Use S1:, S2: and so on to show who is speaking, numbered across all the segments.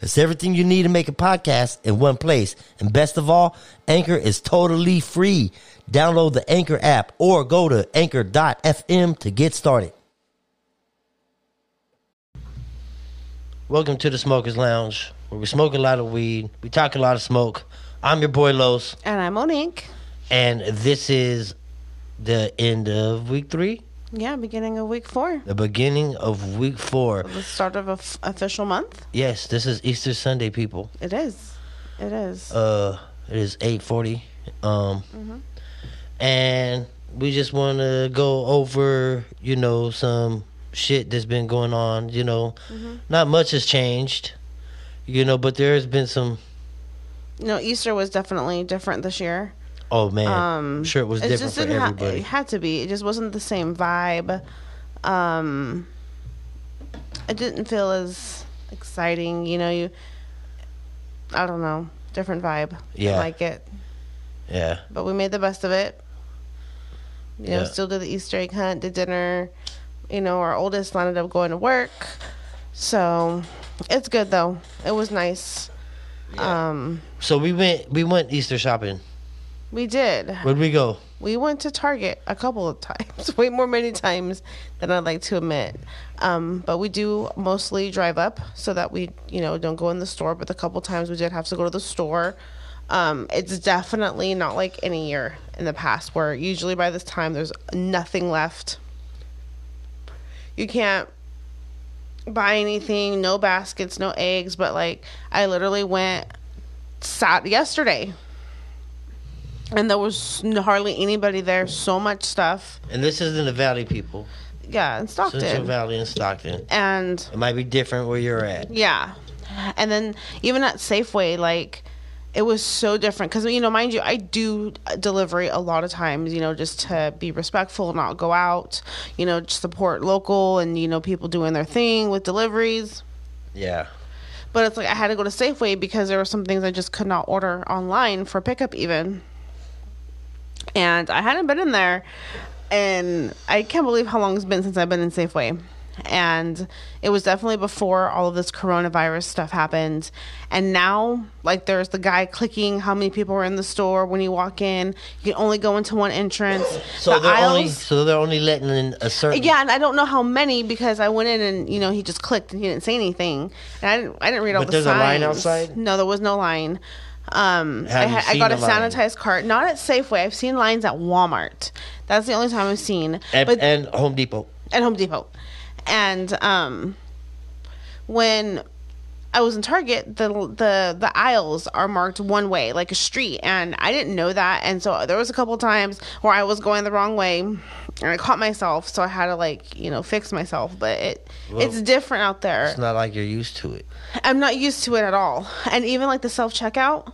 S1: It's everything you need to make a podcast in one place. And best of all, Anchor is totally free. Download the Anchor app or go to anchor.fm to get started. Welcome to the Smokers Lounge, where we smoke a lot of weed, we talk a lot of smoke. I'm your boy Los,
S2: And I'm Monique.
S1: and this is the end of week three,
S2: Yeah, beginning of week four.
S1: the beginning of week four.
S2: The start of a f- official month.
S1: Yes, this is Easter Sunday, people.
S2: It is. It is.
S1: Uh, it is eight forty, um,
S2: Mm-hmm.
S1: and we just want to go over, you know, some shit that's been going on. You know,
S2: Mm-hmm.
S1: not much has changed, you know, but there has been some.
S2: you know, Easter was definitely different this year.
S1: Oh man,
S2: Um,
S1: sure it was
S2: it
S1: different
S2: just
S1: for
S2: didn't ha-
S1: everybody.
S2: it had to be. It just wasn't the same vibe. Um, it didn't feel as exciting. You know, you. I don't know. Different vibe.
S1: Yeah.
S2: I like it.
S1: yeah,
S2: but we made the best of it. You know,
S1: Yeah.
S2: still did the Easter egg hunt, did dinner. You know, our oldest ended up going to work, so it's good though. It was nice. Um,
S1: so we went we went Easter shopping.
S2: we did.
S1: Where'd we go?
S2: We went to Target a couple of times, way more many times than I'd like to admit. Um, but we do mostly drive up so that we, you know, don't go in the store. But the couple times we did have to go to the store. Um, it's definitely not like any year in the past where usually by this time there's nothing left. You can't buy anything, no baskets, no eggs. But like, I literally went sat yesterday and there was n- hardly anybody there. So much stuff.
S1: And this is in the Valley, people.
S2: Yeah, in
S1: Central
S2: Stockton.
S1: Valley and Stockton.
S2: And
S1: It might be different where you're at.
S2: yeah, and then even at Safeway, like it was so different because you know, mind you, I do delivery a lot of times. You know, just to be respectful, not go out. You know, support local and you know people doing their thing with deliveries.
S1: Yeah.
S2: But it's like I had to go to Safeway because there were some things I just could not order online for pickup even. And I hadn't been in there and I can't believe how long it's been since I've been in Safeway. And it was definitely before all of this coronavirus stuff happened. And now, like, there's the guy clicking how many people are in the store when you walk in. You can only go into one entrance.
S1: So
S2: The
S1: they're only
S2: aisles-
S1: so they're only letting in a certain
S2: yeah, and I don't know how many because I went in and you know he just clicked and he didn't say anything, and I didn't I didn't read all
S1: But
S2: the
S1: there's a
S2: signs.
S1: line outside?
S2: No, there was no line. Um, I,
S1: Have you
S2: ha- I
S1: seen
S2: got
S1: a
S2: a
S1: line?
S2: sanitized cart, not at Safeway. I've seen lines at Walmart. That's the only time I've seen.
S1: and,
S2: but
S1: and Home Depot.
S2: at Home Depot. And um, when I was in Target, the the the aisles are marked one way, like a street, and I didn't know that. And so there was a couple times where I was going the wrong way, and I caught myself, so I had to like you know fix myself. But it it's different out there.
S1: It's not like you're used to it.
S2: I'm not used to it at all. And even like the self checkout,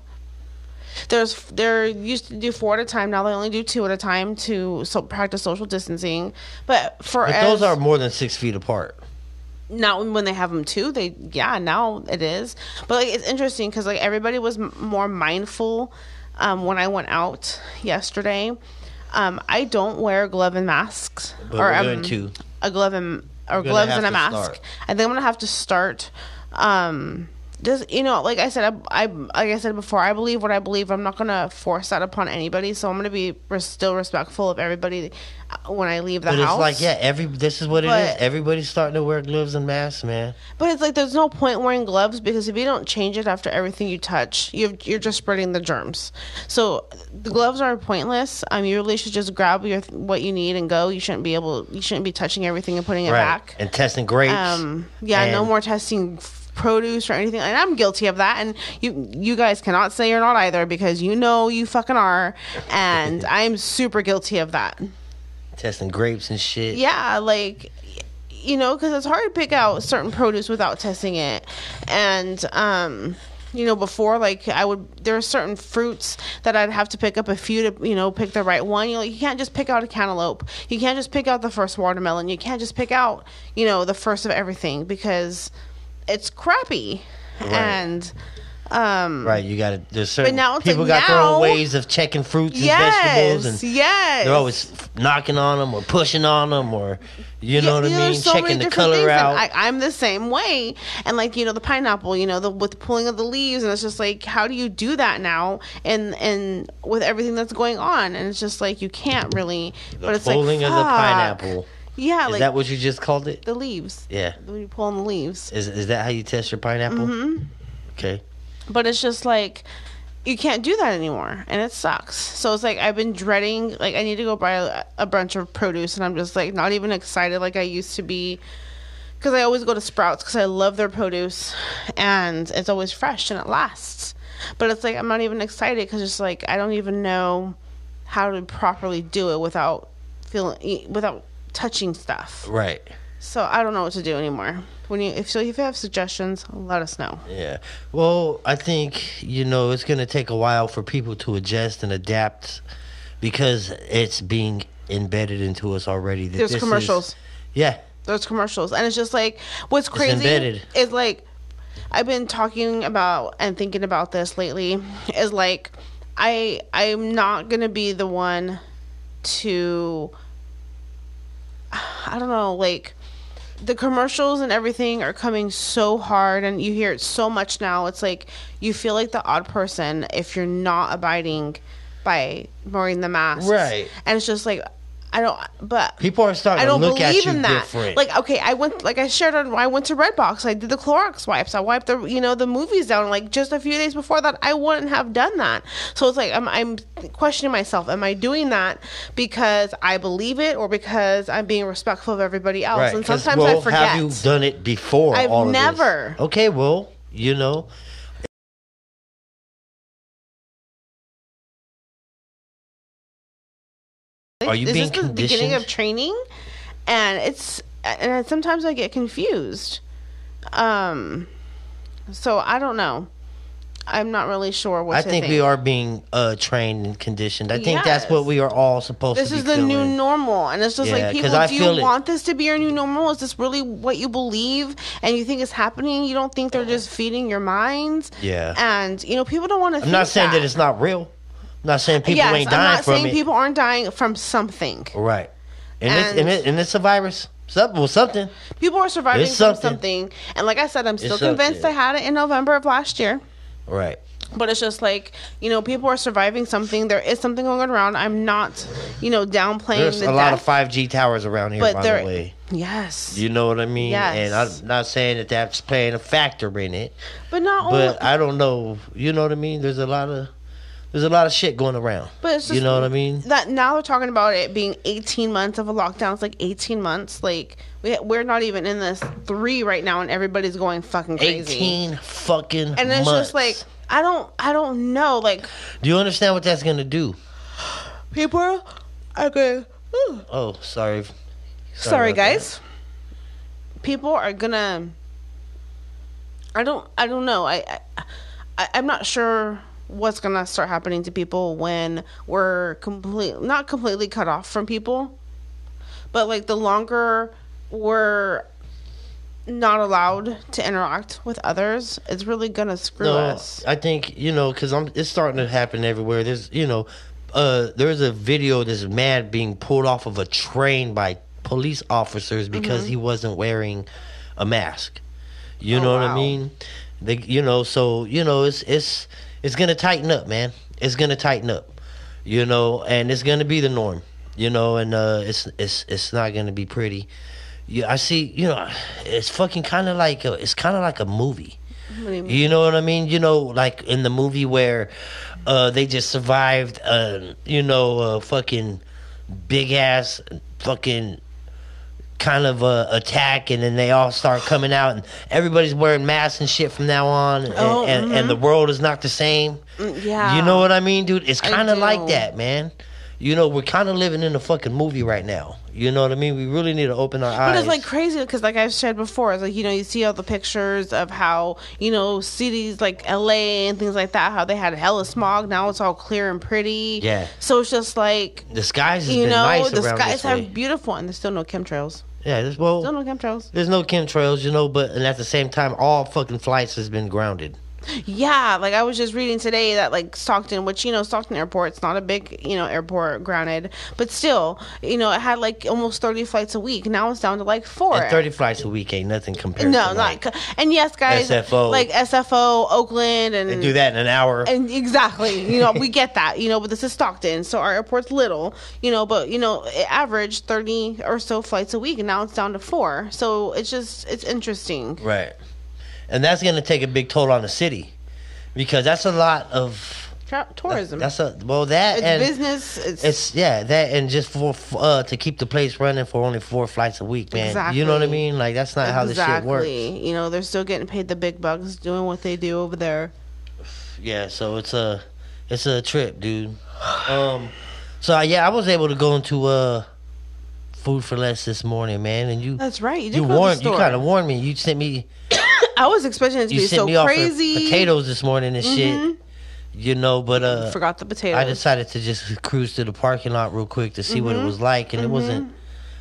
S2: there's they're used to do four at a time. Now they only do two at a time to so practice social distancing. But for
S1: But
S2: as-
S1: those are more than six feet apart.
S2: now when they have them too they yeah now it is but like it's interesting because like everybody was m- more mindful um, when i went out yesterday um, i don't wear a glove and masks um,
S1: But we're going to.
S2: a glove and or
S1: gonna
S2: gloves
S1: have
S2: and a
S1: to
S2: mask
S1: start.
S2: i think i'm gonna have to start um just you know like i said I, I like i said before i believe what i believe i'm not gonna force that upon anybody so i'm gonna be res- still respectful of everybody uh, when i leave the
S1: But
S2: house
S1: it's like, yeah, every this is what it is.
S2: But-
S1: Everybody's starting to wear gloves and masks, man.
S2: But it's like there's no point wearing gloves because if you don't change it after everything you touch, you're you're just spreading the germs. So the gloves are pointless. Um, you really should just grab your what you need and go. You shouldn't be able, you shouldn't be touching everything and putting it back.
S1: And testing grapes.
S2: Um, yeah, no
S1: And-
S2: more testing f- produce or anything. And I'm guilty of that. And you you guys cannot say you're not either because you know you fucking are. And I'm super guilty of that.
S1: testing grapes and shit.
S2: Yeah, like y- you know, because it's hard to pick out certain produce without testing it, and um, you know before like i would there are certain fruits that i'd have to pick up a few to you know pick the right one you know you can't just pick out a cantaloupe you can't just pick out the first watermelon you can't just pick out you know the first of everything because it's crappy and um
S1: Right, you got to. There's certain
S2: now it's
S1: people
S2: like
S1: got their
S2: now-
S1: own ways of checking fruits and
S2: yes
S1: vegetables, and
S2: yes
S1: they're always knocking on them or pushing on them, or you know what
S2: Yeah,
S1: I mean,
S2: there's so many
S1: checking the
S2: different
S1: color
S2: things, and
S1: out.
S2: I, I'm the same way, and like you know the pineapple, you know the with the pulling of the leaves, and it's just like how do you do that now? And and with everything that's going on, and it's just like you can't really. but it's
S1: pulling
S2: like,
S1: of the
S2: fuck.
S1: pineapple.
S2: Yeah,
S1: Is
S2: like
S1: that what you just called it?
S2: the leaves.
S1: Yeah.
S2: When you pull on the leaves,
S1: Is is that how you test your pineapple?
S2: Mm-hmm.
S1: Okay.
S2: but it's just like you can't do that anymore and it sucks so it's like i've been dreading like i need to go buy a, a bunch of produce and i'm just like not even excited like i used to be because i always go to sprouts because i love their produce and it's always fresh and it lasts but it's like i'm not even excited because it's like i don't even know how to properly do it without feeling without touching stuff
S1: Right.
S2: so i don't know what to do anymore when you if so if you have suggestions let us know
S1: Yeah. Well, I think you know it's going to take a while for people to adjust and adapt because it's being embedded into us already. that
S2: There's
S1: this is-
S2: commercials.
S1: yeah.
S2: those commercials and it's just like what's crazy
S1: embedded.
S2: is like i've been talking about and thinking about this lately is like i i'm not gonna be the one to i don't know like the commercials and everything are coming so hard and you hear it so much now it's like you feel like the odd person if you're not abiding by wearing the mask
S1: Right.
S2: and it's just like i don't but
S1: People are starting
S2: I don't
S1: to look at
S2: believe
S1: you
S2: in that.
S1: different.
S2: Like, okay, I went, like I shared on, I went to Redbox. I did the Clorox wipes. I wiped the, you know, the movies down. Like just a few days before that, I wouldn't have done that. So it's like I'm, I'm questioning myself. Am I doing that because I believe it or because I'm being respectful of everybody else?
S1: right.
S2: And
S1: 'cause,
S2: sometimes
S1: well,
S2: I forget.
S1: Have you done it before?
S2: I've
S1: all of this?
S2: never.
S1: Okay. Well, you know. Are you
S2: is
S1: being
S2: this the beginning
S1: conditioned?
S2: of training? And it's and I- sometimes I get confused. Um, so I don't know. I'm not really sure what
S1: I
S2: to
S1: think, we are being uh, trained and conditioned. I think that's what
S2: Yes.
S1: we are all supposed
S2: This
S1: to be
S2: is the new
S1: feeling.
S2: normal, and it's just
S1: Yeah,
S2: like
S1: 'cause
S2: people.
S1: I
S2: do
S1: feel it.
S2: you want this to be your new normal? Is this really what you believe and you think is happening? You don't think they're just feeding your minds?
S1: Yeah.
S2: And you know, people don't want to.
S1: I'm not saying that it's not real. I'm not saying people
S2: yes,
S1: ain't dying
S2: I'm not
S1: from
S2: saying
S1: it.
S2: people aren't dying from something.
S1: Right. And, it's, and,
S2: And-
S1: it, and it's a virus. Some, well, something.
S2: People are surviving
S1: It's
S2: from
S1: something.
S2: something, and like I said, I'm still
S1: It's something.
S2: convinced I had it in November of last year.
S1: Right.
S2: but it's just like you know people are surviving something there is something going around i'm not you know downplaying
S1: There's
S2: the
S1: a lot
S2: death,
S1: of 5G towers around here,
S2: but
S1: by
S2: there
S1: the way.
S2: yes
S1: You know what I mean?
S2: Yes.
S1: And I'm not saying that that's playing a factor in it,
S2: but not only
S1: but I don't know. You know what I mean? There's a lot of there's a lot of shit going around.
S2: But it's
S1: you
S2: just-
S1: know what I mean?
S2: that now they're talking about it being 18 months of a lockdown it's like 18 months like we, we're not even in this three right now and everybody's going fucking crazy
S1: 18 fucking
S2: and it's
S1: months.
S2: just like i don't i don't know like
S1: Do you understand what that's going to do?
S2: people are going "Ooh,
S1: Oh, sorry.
S2: sorry
S1: about that.
S2: guys people are gonna i don't i don't know I, I- I i'm not sure what's gonna start happening to people when we're complete not completely cut off from people but like the longer we're not allowed to interact with others it's really gonna screw us
S1: I think you know because I'm. It's starting to happen everywhere. There's you know, uh, there's a video of this man being pulled off of a train by police officers because he wasn't wearing a mask. You
S2: Mm-hmm. Oh,
S1: know what I
S2: wow.
S1: mean? They, you know, so you know, it's it's it's gonna tighten up, man. It's gonna tighten up, you know, and it's gonna be the norm, you know, and uh, it's it's it's not gonna be pretty. Yeah, I see. You know, it's fucking kind of like a, it's kind of like a movie.
S2: What do you mean?
S1: You know what I mean? You know, like in the movie where uh, they just survived, uh, you know, uh, fucking big ass fucking kind of uh, attack, and then they all start coming out, and everybody's wearing masks and shit from now on, and,
S2: Oh, Mm,
S1: and, and the world is not the same.
S2: yeah
S1: You know what I mean, dude? It's
S2: I
S1: kind of like
S2: do.
S1: that, man. you know, we're kind of living in a fucking movie right now. You know what I mean? We really need to open our eyes.
S2: But it's like crazy because, like I've said before, it's like you know you see all the pictures of how you know cities like L.A. and things like that, how they had hella smog. Now it's all clear and pretty.
S1: Yeah.
S2: So it's just like
S1: the skies has
S2: you
S1: been
S2: know
S1: nice
S2: the
S1: around
S2: skies
S1: this
S2: are
S1: way.
S2: beautiful and there's still no chemtrails.
S1: yeah, this, well,
S2: Still no chemtrails.
S1: there's no chemtrails, you know, but and at the same time, all fucking flights has been grounded.
S2: Yeah, like I was just reading today that like Stockton, which you know Stockton Airport, it's not a big you know airport, grounded, but still you know it had like almost thirty flights a week. Now it's down to like four.
S1: And 30 flights a week ain't nothing compared
S2: No,
S1: to
S2: not
S1: like,
S2: c- and yes, guys,
S1: SFO.
S2: like SFO, Oakland, and
S1: they do that in an hour.
S2: And exactly, you know, we get that, you know, but this is Stockton, so our airport's little, you know, but you know, it averaged thirty or so flights a week, and now it's down to four. So it's just it's interesting.
S1: Right. And that's going to take a big toll on the city because that's a lot of
S2: Tra- tourism,
S1: That's a well that
S2: it's
S1: and
S2: business, it's,
S1: it's yeah that and just for f- uh to keep the place running for only four flights a week, man. You know what I
S2: Exactly.
S1: mean? Like that's not how this shit works.
S2: Exactly. You know, they're still getting paid the big bucks doing what they do over there.
S1: Yeah, so it's a it's a trip, dude. Um, so yeah, I was able to go into uh food for less this morning, man, and you
S2: That's right. Uh, You, did
S1: you
S2: go to the
S1: warned you
S2: store.
S1: kind of warned me. You sent me
S2: I was expecting it to
S1: you
S2: be
S1: sent
S2: so
S1: me off for
S2: crazy.
S1: potatoes this morning and shit. You know, but uh,
S2: Forgot the potatoes. Mm-hmm.
S1: I decided to just cruise to the parking lot real quick to see what it was like, and it wasn't.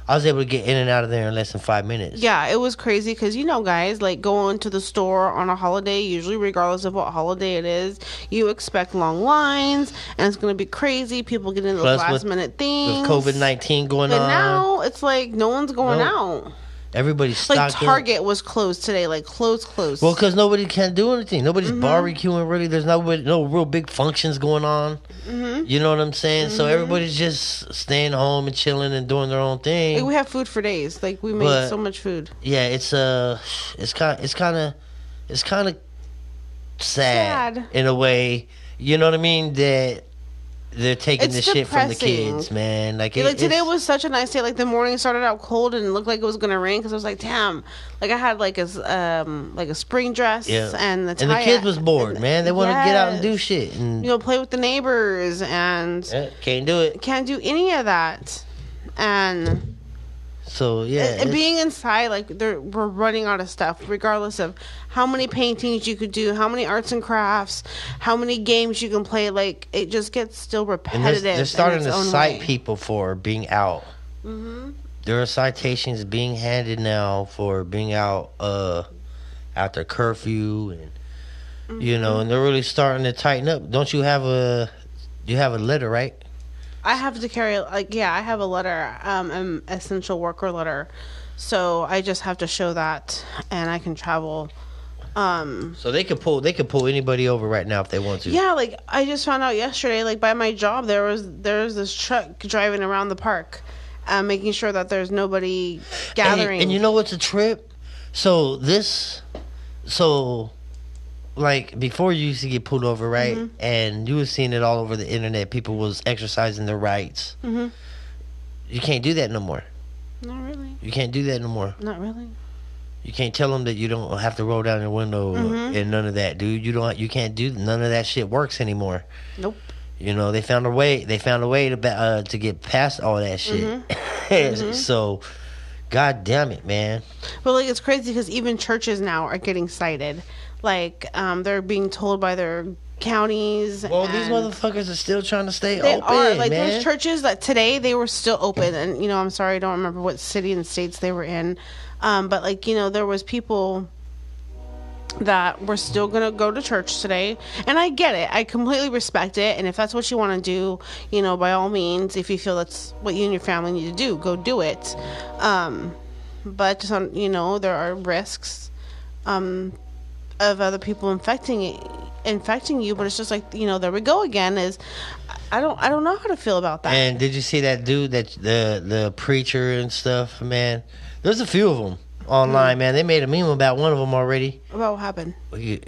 S1: I was able to get in and out of there in less than five minutes.
S2: Yeah, it was crazy because you know, guys, like going to the store on a holiday, usually regardless of what holiday it is, you expect long lines and it's going to be crazy. People get into
S1: Plus
S2: last
S1: with-
S2: minute things.
S1: With COVID nineteen going
S2: But
S1: on,
S2: now it's like no one's going
S1: No.
S2: out.
S1: everybody's
S2: Like
S1: stocked up.
S2: Target was closed today. Like closed, closed.
S1: Well, because nobody can do anything. Nobody's
S2: Mm-hmm.
S1: barbecuing really. There's nobody, no real big functions going on.
S2: Mm-hmm.
S1: You know what I'm saying? So everybody's just staying home and chilling and doing their own thing.
S2: like, we have food for days. Like we made
S1: But-
S2: so much food.
S1: yeah, it's uh, it's kind, it's kind of, it's kind of sad,
S2: Sad.
S1: in a way. You know what I mean? That they're taking
S2: It's
S1: the shit from the
S2: depressing.
S1: kids, man. Like,
S2: Yeah,
S1: it-
S2: like today
S1: it's-
S2: was such a nice day. Like the morning started out cold and it looked like it was gonna rain because I was like, damn. Like I had like a s- um like a spring dress
S1: Yeah.
S2: and the tie
S1: and the kids was bored,
S2: and-
S1: man. They want to get out and do
S2: Yes.
S1: shit, and
S2: you know play with the neighbors and
S1: yeah, can't do it.
S2: can't do any of that. And,
S1: So yeah,
S2: and
S1: it's-
S2: being inside, like they're, we're running out of stuff, regardless of how many paintings you could do, how many arts and crafts, how many games you can play. Like it just gets still
S1: and they're,
S2: repetitive.
S1: they're
S2: in
S1: starting
S2: its
S1: to
S2: own
S1: cite
S2: way. Mm-hmm.
S1: people for being out. There are citations being handed now for being out uh, after curfew, and you
S2: Mm-hmm.
S1: know, and they're really starting to tighten up. Don't you have a you have a letter, right?
S2: I have to carry like yeah, I have a letter, um, an essential worker letter, so I just have to show that, and I can travel. Um,
S1: So they could pull they could pull anybody over right now if they want to.
S2: yeah, like I just found out yesterday, like by my job, there was there was this truck driving around the park, uh, making sure that there's nobody
S1: And-
S2: gathering.
S1: And, you know what's a trip? So this, so like before you used to get pulled over, right?
S2: Mm-hmm.
S1: And you were seeing it all over the internet. People was exercising their rights.
S2: Mhm.
S1: You can't do that no more.
S2: not really,
S1: You can't do that no more.
S2: not really.
S1: You can't tell them that you don't have to roll down your window
S2: Mm-hmm.
S1: and none of that, dude. You don't. You can't do none of that. Shit works anymore.
S2: Nope.
S1: You know they found a way. They found a way to ba- uh, to get past all that shit.
S2: Mm-hmm.
S1: so, god damn it, man.
S2: But like it's crazy because even churches now are getting cited, like um, they're being told by their counties.
S1: Well, these
S2: and-
S1: motherfuckers are still trying to stay
S2: They
S1: open,
S2: are like
S1: man.
S2: there's churches that today they were still open, and you know I'm sorry I don't remember what city and states they were in, um, but like you know there was people that were still gonna go to church today, and I get it, I completely respect it, and if that's what you want to do, you know by all means, if you feel that's what you and your family need to do, go do it, um, but just on, you know there are risks. Um, of other people infecting it infecting you but it's just like you know there we go again is i don't i don't know how to feel about that
S1: and did you see that dude that the the preacher and stuff, man? There's a few of them online,
S2: Hmm.
S1: man. They made a meme about one of them already.
S2: about what happened
S1: He,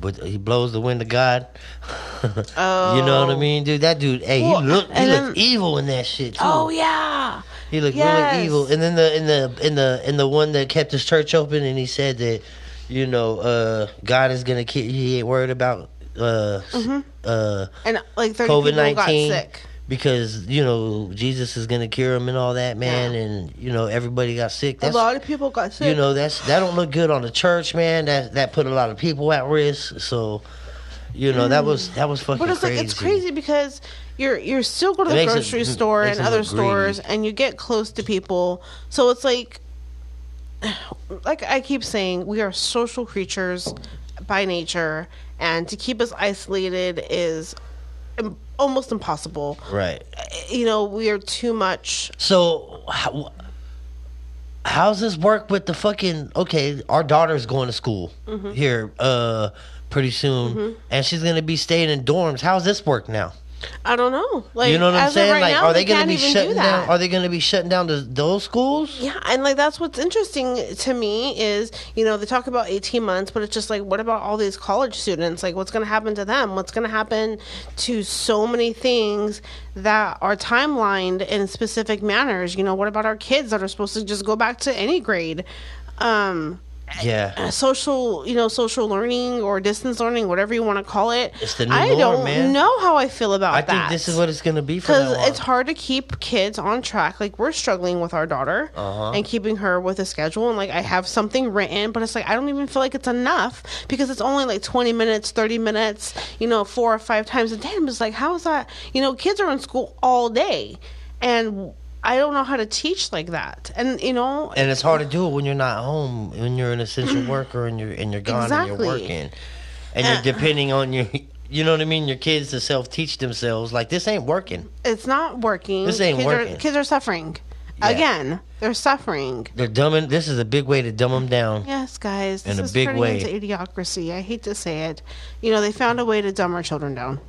S1: but he blows the wind of God.
S2: Oh.
S1: You know what I mean, dude? That dude, hey,
S2: Well,
S1: he looked he
S2: and
S1: looked
S2: then-
S1: evil in that shit too.
S2: oh yeah
S1: He looked
S2: Yes.
S1: really evil. And then the in the in the in the one that kept his church open, and he said that, you know, uh, God is gonna
S2: Mm-hmm.
S1: keep. He ain't worried about uh, s- uh,
S2: and like 30
S1: COVID
S2: people got
S1: nineteen.
S2: sick
S1: because you know Jesus is gonna cure him and all that, man.
S2: Yeah.
S1: And you know everybody got sick.
S2: A
S1: That's
S2: lot of people got sick.
S1: you know that's that don't look good on the church, man. That that put a lot of people at risk. So you know that was that was fucking.
S2: But it's
S1: crazy.
S2: like it's crazy because you're you're still go to
S1: It
S2: the
S1: makes it-
S2: grocery
S1: it
S2: store
S1: makes
S2: and
S1: it
S2: other
S1: look
S2: stores
S1: greedy.
S2: and you get close to people. So it's like like I keep saying, we are social creatures by nature and to keep us isolated is im- almost impossible.
S1: right?
S2: You know, we are too much
S1: So how, how's this work with the fucking okay? Our daughter's going to school
S2: Mm-hmm.
S1: here uh pretty soon, and she's gonna be staying in dorms. How's this work now?
S2: I don't know. Like
S1: you know what I'm
S2: as of
S1: saying?
S2: right
S1: like,
S2: now,
S1: are they, gonna
S2: can't
S1: be
S2: even do
S1: shutting
S2: that.
S1: down? Are they gonna be shutting down the, those schools?
S2: Yeah, and like that's what's interesting to me is, you know, they talk about 18 months, but it's just like, what about all these college students? Like, what's going to happen to them? What's going to happen to so many things that are timelined in specific manners? You know, what about our kids that are supposed to just go back to any grade? Um,
S1: Yeah,
S2: social, you know, social learning or distance learning, whatever you want to call it.
S1: It's the new
S2: I
S1: norm,
S2: don't
S1: man.
S2: know how I feel about
S1: I
S2: that
S1: think this is what it's gonna be for now
S2: because
S1: on.
S2: it's hard to keep kids on track. Like we're struggling with our daughter
S1: Uh-huh.
S2: and keeping her with a schedule, and like I have something written, but it's like I don't even feel like it's enough because it's only like twenty minutes, thirty minutes, you know, four or five times a day. I'm just like, how is that? You know, kids are in school all day, and I don't know how to teach like that. And you know,
S1: and it's hard to do it when you're not home, when you're an essential worker, and you're and you're gone and
S2: Exactly.
S1: you're working, and you're depending on your, you know what I mean, your kids to self teach themselves. Like this ain't working.
S2: it's not working.
S1: This ain't
S2: kids
S1: working.
S2: Are, kids are suffering.
S1: Yeah.
S2: Again, they're suffering.
S1: They're dumbing. This is a big way to dumb them down.
S2: Yes, guys. This
S1: In a
S2: is
S1: big
S2: turning
S1: way.
S2: into idiocracy. I hate to say it. You know, they found a way to dumb our children down.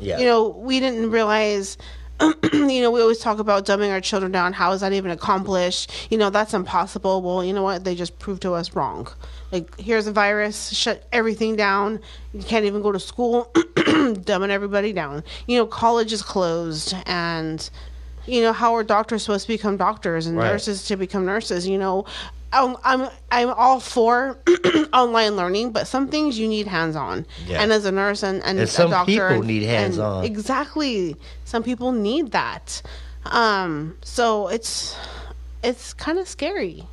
S1: Yeah.
S2: You know, we didn't realize. you know, we always talk about dumbing our children down. How is that even accomplished? You know, that's impossible. Well, you know what? They just proved to us wrong. Like, here's a virus, shut everything down. You can't even go to school, dumbing everybody down. You know, college is closed, and, you know, how are doctors supposed to become doctors and
S1: Right.
S2: nurses to become nurses? You know, I'm, I'm, I'm all for online learning, but some things you need hands on.
S1: Yeah.
S2: And as a nurse and, and
S1: And
S2: a
S1: some
S2: doctor
S1: people
S2: and-
S1: need
S2: and
S1: hands-on.
S2: Exactly. Some people need that. Um, so it's it's kind of scary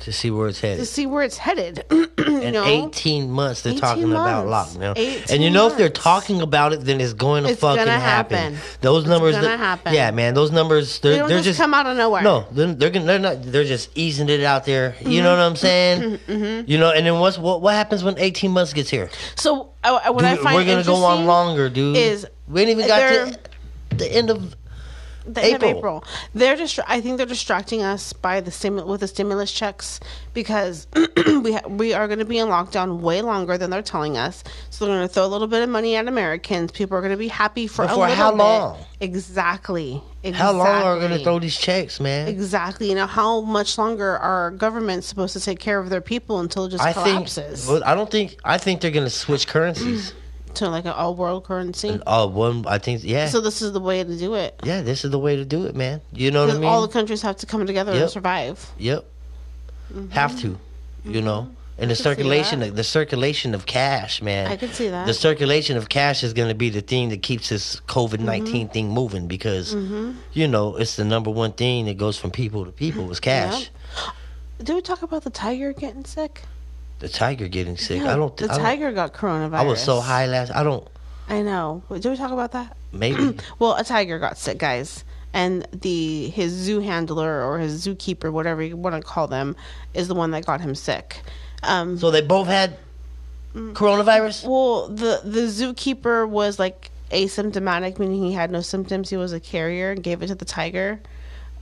S1: to see where it's
S2: to
S1: headed.
S2: see where it's headed. you
S1: In
S2: know,
S1: 18 months, they're talking
S2: 18
S1: about
S2: months.
S1: lockdown.
S2: 18
S1: And you know, if they're
S2: months.
S1: talking about it, then it's going to
S2: It's
S1: fucking
S2: gonna
S1: happen.
S2: happen.
S1: Those numbers,
S2: gonna
S1: that-
S2: happen.
S1: yeah, man, those numbers,
S2: they
S1: they're,
S2: don't
S1: they're
S2: just,
S1: just,
S2: come out of nowhere.
S1: no, they're, they're, gonna- they're not, they're just easing it out there. You know what
S2: Mm-hmm.
S1: I'm saying? You know, and then what's, what, what happens when 18 months gets here?
S2: So I, I- what I
S1: Dude,
S2: find
S1: we're gonna go on
S2: interesting
S1: longer, dude.
S2: is
S1: we ain't even got
S2: they're-
S1: to the end of,
S2: the end
S1: April.
S2: of April. They're distra- I think they're distracting us by the stimu- with the stimulus checks because we ha- we are going to be in lockdown way longer than they're telling us. So they're going to throw a little bit of money at Americans. People are going to be happy for
S1: But
S2: a
S1: for
S2: little
S1: how
S2: bit.
S1: long?
S2: Exactly. exactly.
S1: how long are we going to throw these checks, man?
S2: Exactly. You know how much longer are governments supposed to take care of their people until it just
S1: I think,
S2: collapses
S1: well, I don't think, I think they're going to switch currencies.
S2: to like an all world currency?
S1: Uh, one, I think, yeah.
S2: So this is the way to do it.
S1: yeah, this is the way to do it, man. You know what I
S2: Because
S1: mean?
S2: all the countries have to come together
S1: Yep.
S2: to survive.
S1: yep.
S2: Mm-hmm.
S1: Have to, you know. And the
S2: see
S1: circulation, the circulation of cash, man.
S2: I can see that.
S1: The circulation of cash is going to be the thing that keeps this COVID 19
S2: Mm-hmm.
S1: thing moving because, you know, it's the number one thing that goes from people to people is cash.
S2: Yep. Did we talk about the tiger getting sick?
S1: The tiger getting sick.
S2: Yeah,
S1: I don't.
S2: The
S1: think I, don't-
S2: tiger got coronavirus.
S1: I was so high last. I don't.
S2: I know. Wait, Did we talk about that?
S1: Maybe.
S2: Well, a tiger got sick, guys, and the his zoo handler or his zookeeper, whatever you want to call them, is the one that got him sick. Um,
S1: so they both had
S2: Mm.
S1: coronavirus.
S2: well, the the zookeeper was like asymptomatic, meaning he had no symptoms. He was a carrier and gave it to the tiger.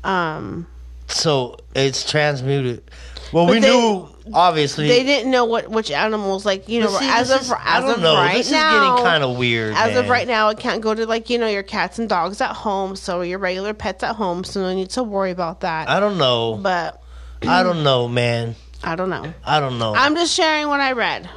S2: Um,
S1: So it's transmuted. Well,
S2: But
S1: we
S2: they-
S1: knew obviously.
S2: they didn't know what which animals, like you know,
S1: But see,
S2: as
S1: this
S2: of
S1: is- I
S2: as
S1: don't
S2: of
S1: know.
S2: right
S1: this
S2: now,
S1: is getting kind of weird.
S2: As of
S1: man.
S2: right now, it can't go to like you know your cats and dogs at home, so your regular pets at home, so no need to worry about that.
S1: I don't know.
S2: but
S1: I don't know, man.
S2: I don't know.
S1: I don't know.
S2: I'm just sharing what I read,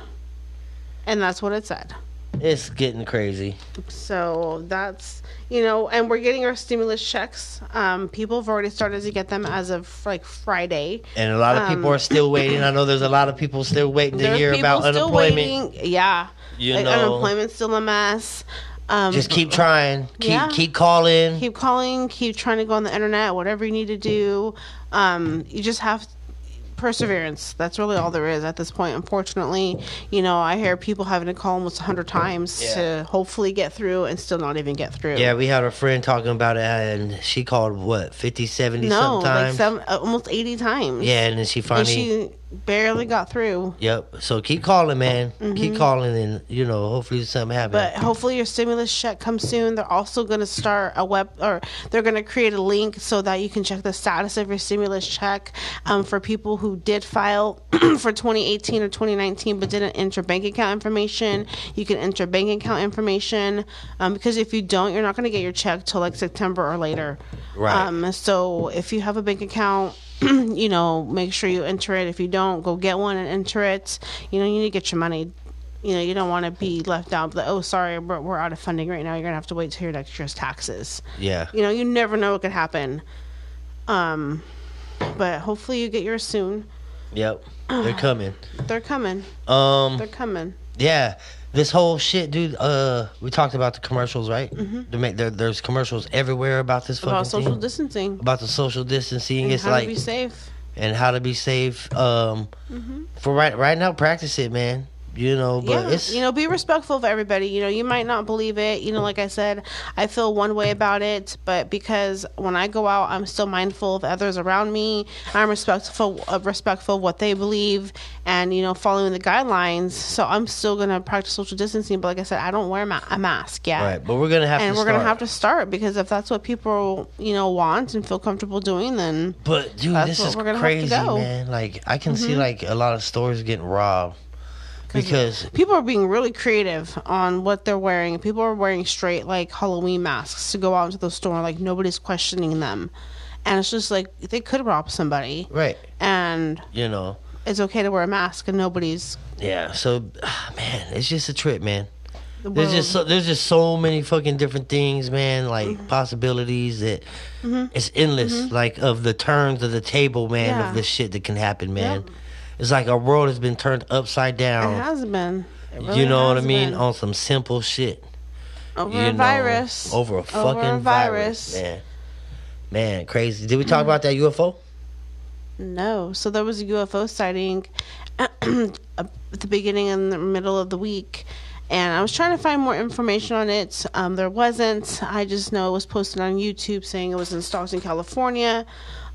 S2: and that's what it said.
S1: it's getting crazy.
S2: So that's you know, and we're getting our stimulus checks. Um, people have already started to get them as of like Friday.
S1: And a lot of people
S2: Um,
S1: are still waiting. I know there's a lot of people still waiting to
S2: There's
S1: hear
S2: people
S1: about
S2: still
S1: unemployment.
S2: waiting. Yeah,
S1: You
S2: like
S1: know.
S2: unemployment's still a mess. Um,
S1: Just keep trying. Keep
S2: Yeah.
S1: keep calling.
S2: keep calling, keep trying to go on the internet, whatever you need to do. Um, you just have perseverance. That's really all there is at this point. Unfortunately, you know, I hear people having to call almost 100 times
S1: Yeah.
S2: to hopefully get through and still not even get through.
S1: yeah, we had a friend talking about it, and she called what 50, 70
S2: No, like
S1: sometimes.
S2: seven, uh, almost 80 times.
S1: yeah, and then she
S2: And
S1: finally.
S2: she barely got through.
S1: yep. So keep calling, man. Keep calling, and you know, hopefully something
S2: Mm-hmm. But
S1: happens.
S2: hopefully your stimulus check comes soon. They're also going to start a web, or they're going to create a link so that you can check the status of your stimulus check um, for people who did file for 2018 or 2019 but didn't enter bank account information. You can enter bank account information um, because if you don't, you're not going to get your check till like September or later.
S1: Right.
S2: Um, so if you have a bank account. you know, make sure you enter it. If you don't, go get one and enter it. You know, you need to get your money you know, you don't want to be left out. Like, oh, sorry, we're, we're out of funding right now. You're gonna have to wait till your next year's taxes.
S1: yeah.
S2: You know, you never know what could happen. Um, but hopefully you get yours soon.
S1: Yep. They're coming.
S2: They're coming.
S1: Um.
S2: They're coming.
S1: Yeah, this whole shit, dude. Uh, we talked about the commercials, right? They make- there- there's commercials everywhere about this fucking
S2: Mm-hmm. About social
S1: thing.
S2: distancing.
S1: about the social distancing.
S2: and
S1: it's
S2: how
S1: like
S2: to be safe.
S1: and how to be safe. Um, for right right now, practice it, man. You know, but
S2: Mm-hmm. yeah,
S1: it's
S2: you know, be respectful of everybody. You know, you might not believe it. You know, like I said, I feel one way about it, but because when I go out, I'm still mindful of others around me. I'm respectful of respectful of what they believe, and you know, following the guidelines. So I'm still gonna practice social distancing. But like I said, I don't wear ma- a mask yet.
S1: right. But we're gonna have
S2: And
S1: to
S2: we're
S1: start.
S2: gonna have to start because if that's what people you know want and feel comfortable doing, then
S1: But dude,
S2: That's
S1: this
S2: what
S1: is
S2: we're gonna have to
S1: crazy,
S2: go. Mm-hmm.
S1: man. Like I can see like a lot of stores getting robbed because
S2: people are being really creative on what they're wearing. People are wearing straight like Halloween masks to go out into the store. Like nobody's questioning them, and it's just like they could rob somebody,
S1: right,
S2: and
S1: you know,
S2: it's okay to wear a mask, and nobody's.
S1: yeah. So, ah, man, it's just a trip, man.
S2: The
S1: There's
S2: world.
S1: just so, there's just so many fucking different things, man. Like
S2: Mm-hmm.
S1: possibilities that it's endless. Like of the turns of the table, man.
S2: Yeah.
S1: Of the shit that can happen, man. It's like our world has been turned upside
S2: it
S1: down.
S2: has been. It really
S1: you know what I
S2: has
S1: mean?
S2: been.
S1: On some simple shit.
S2: Over
S1: you
S2: a
S1: know,
S2: virus.
S1: Over a fucking virus. man. Man, crazy. Did we
S2: Mm-hmm.
S1: talk about that UFO?
S2: No. So there was a UFO sighting at the beginning and the middle of the week. And I was trying to find more information on it. Um, there wasn't. I just know it was posted on YouTube saying it was in Stockton, California.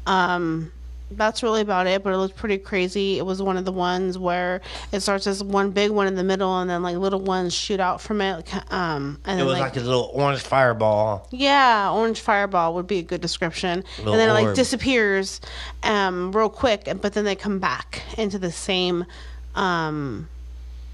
S2: Um, that's really about it, but it looked pretty crazy. It was one of the ones where it starts as one big one in the middle, and then like little ones shoot out from it. like, Um, and
S1: It
S2: then,
S1: was like, a little orange fireball.
S2: yeah, orange fireball would be a good description.
S1: Little
S2: and then it
S1: orb.
S2: like disappears um real quick and- but then they come back into the same um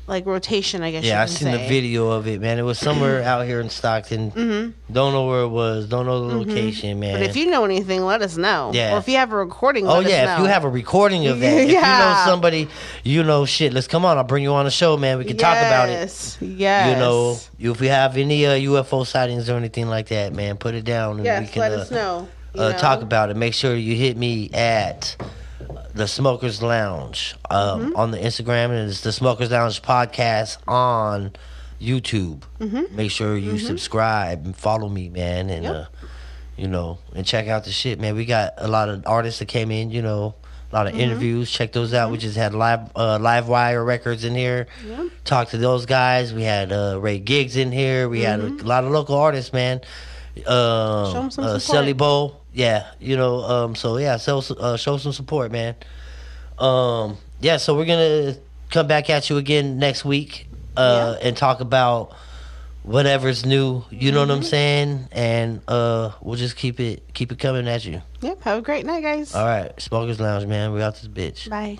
S2: like rotation, I guess
S1: Yeah,
S2: you
S1: I
S2: can
S1: seen
S2: say.
S1: the video of it, man. It was somewhere out here in Stockton. Don't know where it was. Don't know the location, man.
S2: Mm-hmm. But if you know anything, let us know.
S1: Yeah.
S2: Or if you have a recording,
S1: Oh
S2: let us
S1: yeah, if
S2: know.
S1: you have a recording of that, if you know
S2: Yeah.
S1: somebody, you know shit. Let's come on. I'll bring you on the show, man. We can talk about it.
S2: Yes, Yes.
S1: You know, you- if we have any uh, UFO sightings or anything like that, man, put it down and we
S2: Yes,
S1: can
S2: let
S1: uh,
S2: us know. you
S1: uh,
S2: know?
S1: talk about it. Make sure you hit me at the Smokers Lounge um,
S2: Mm-hmm.
S1: on the Instagram, and it's the Smokers Lounge podcast on YouTube. Make sure you subscribe and follow me, man, and
S2: Mm-hmm. Yep.
S1: uh, you know, and check out the shit, man. We got a lot of artists that came in, you know. A
S2: Mm-hmm.
S1: lot of interviews. Check those out. We just had live uh, live wire records in here.
S2: Yep.
S1: Talked to those guys. We had uh, Ray Giggs in here. We had a lot of local artists, man. Um,
S2: Mm-hmm. Show 'em some
S1: uh,
S2: support.
S1: Selly Bowl. Yeah, you know. Um, so yeah, sell, uh, show some support, man. Um, yeah, so we're gonna come back at you again next week uh, and talk about whatever's new. You know what I'm saying? And uh, we'll just keep it keep it coming at you.
S2: Yep. Have a great night, guys.
S1: All right, Smokers Lounge, man. We out this bitch.
S2: Bye.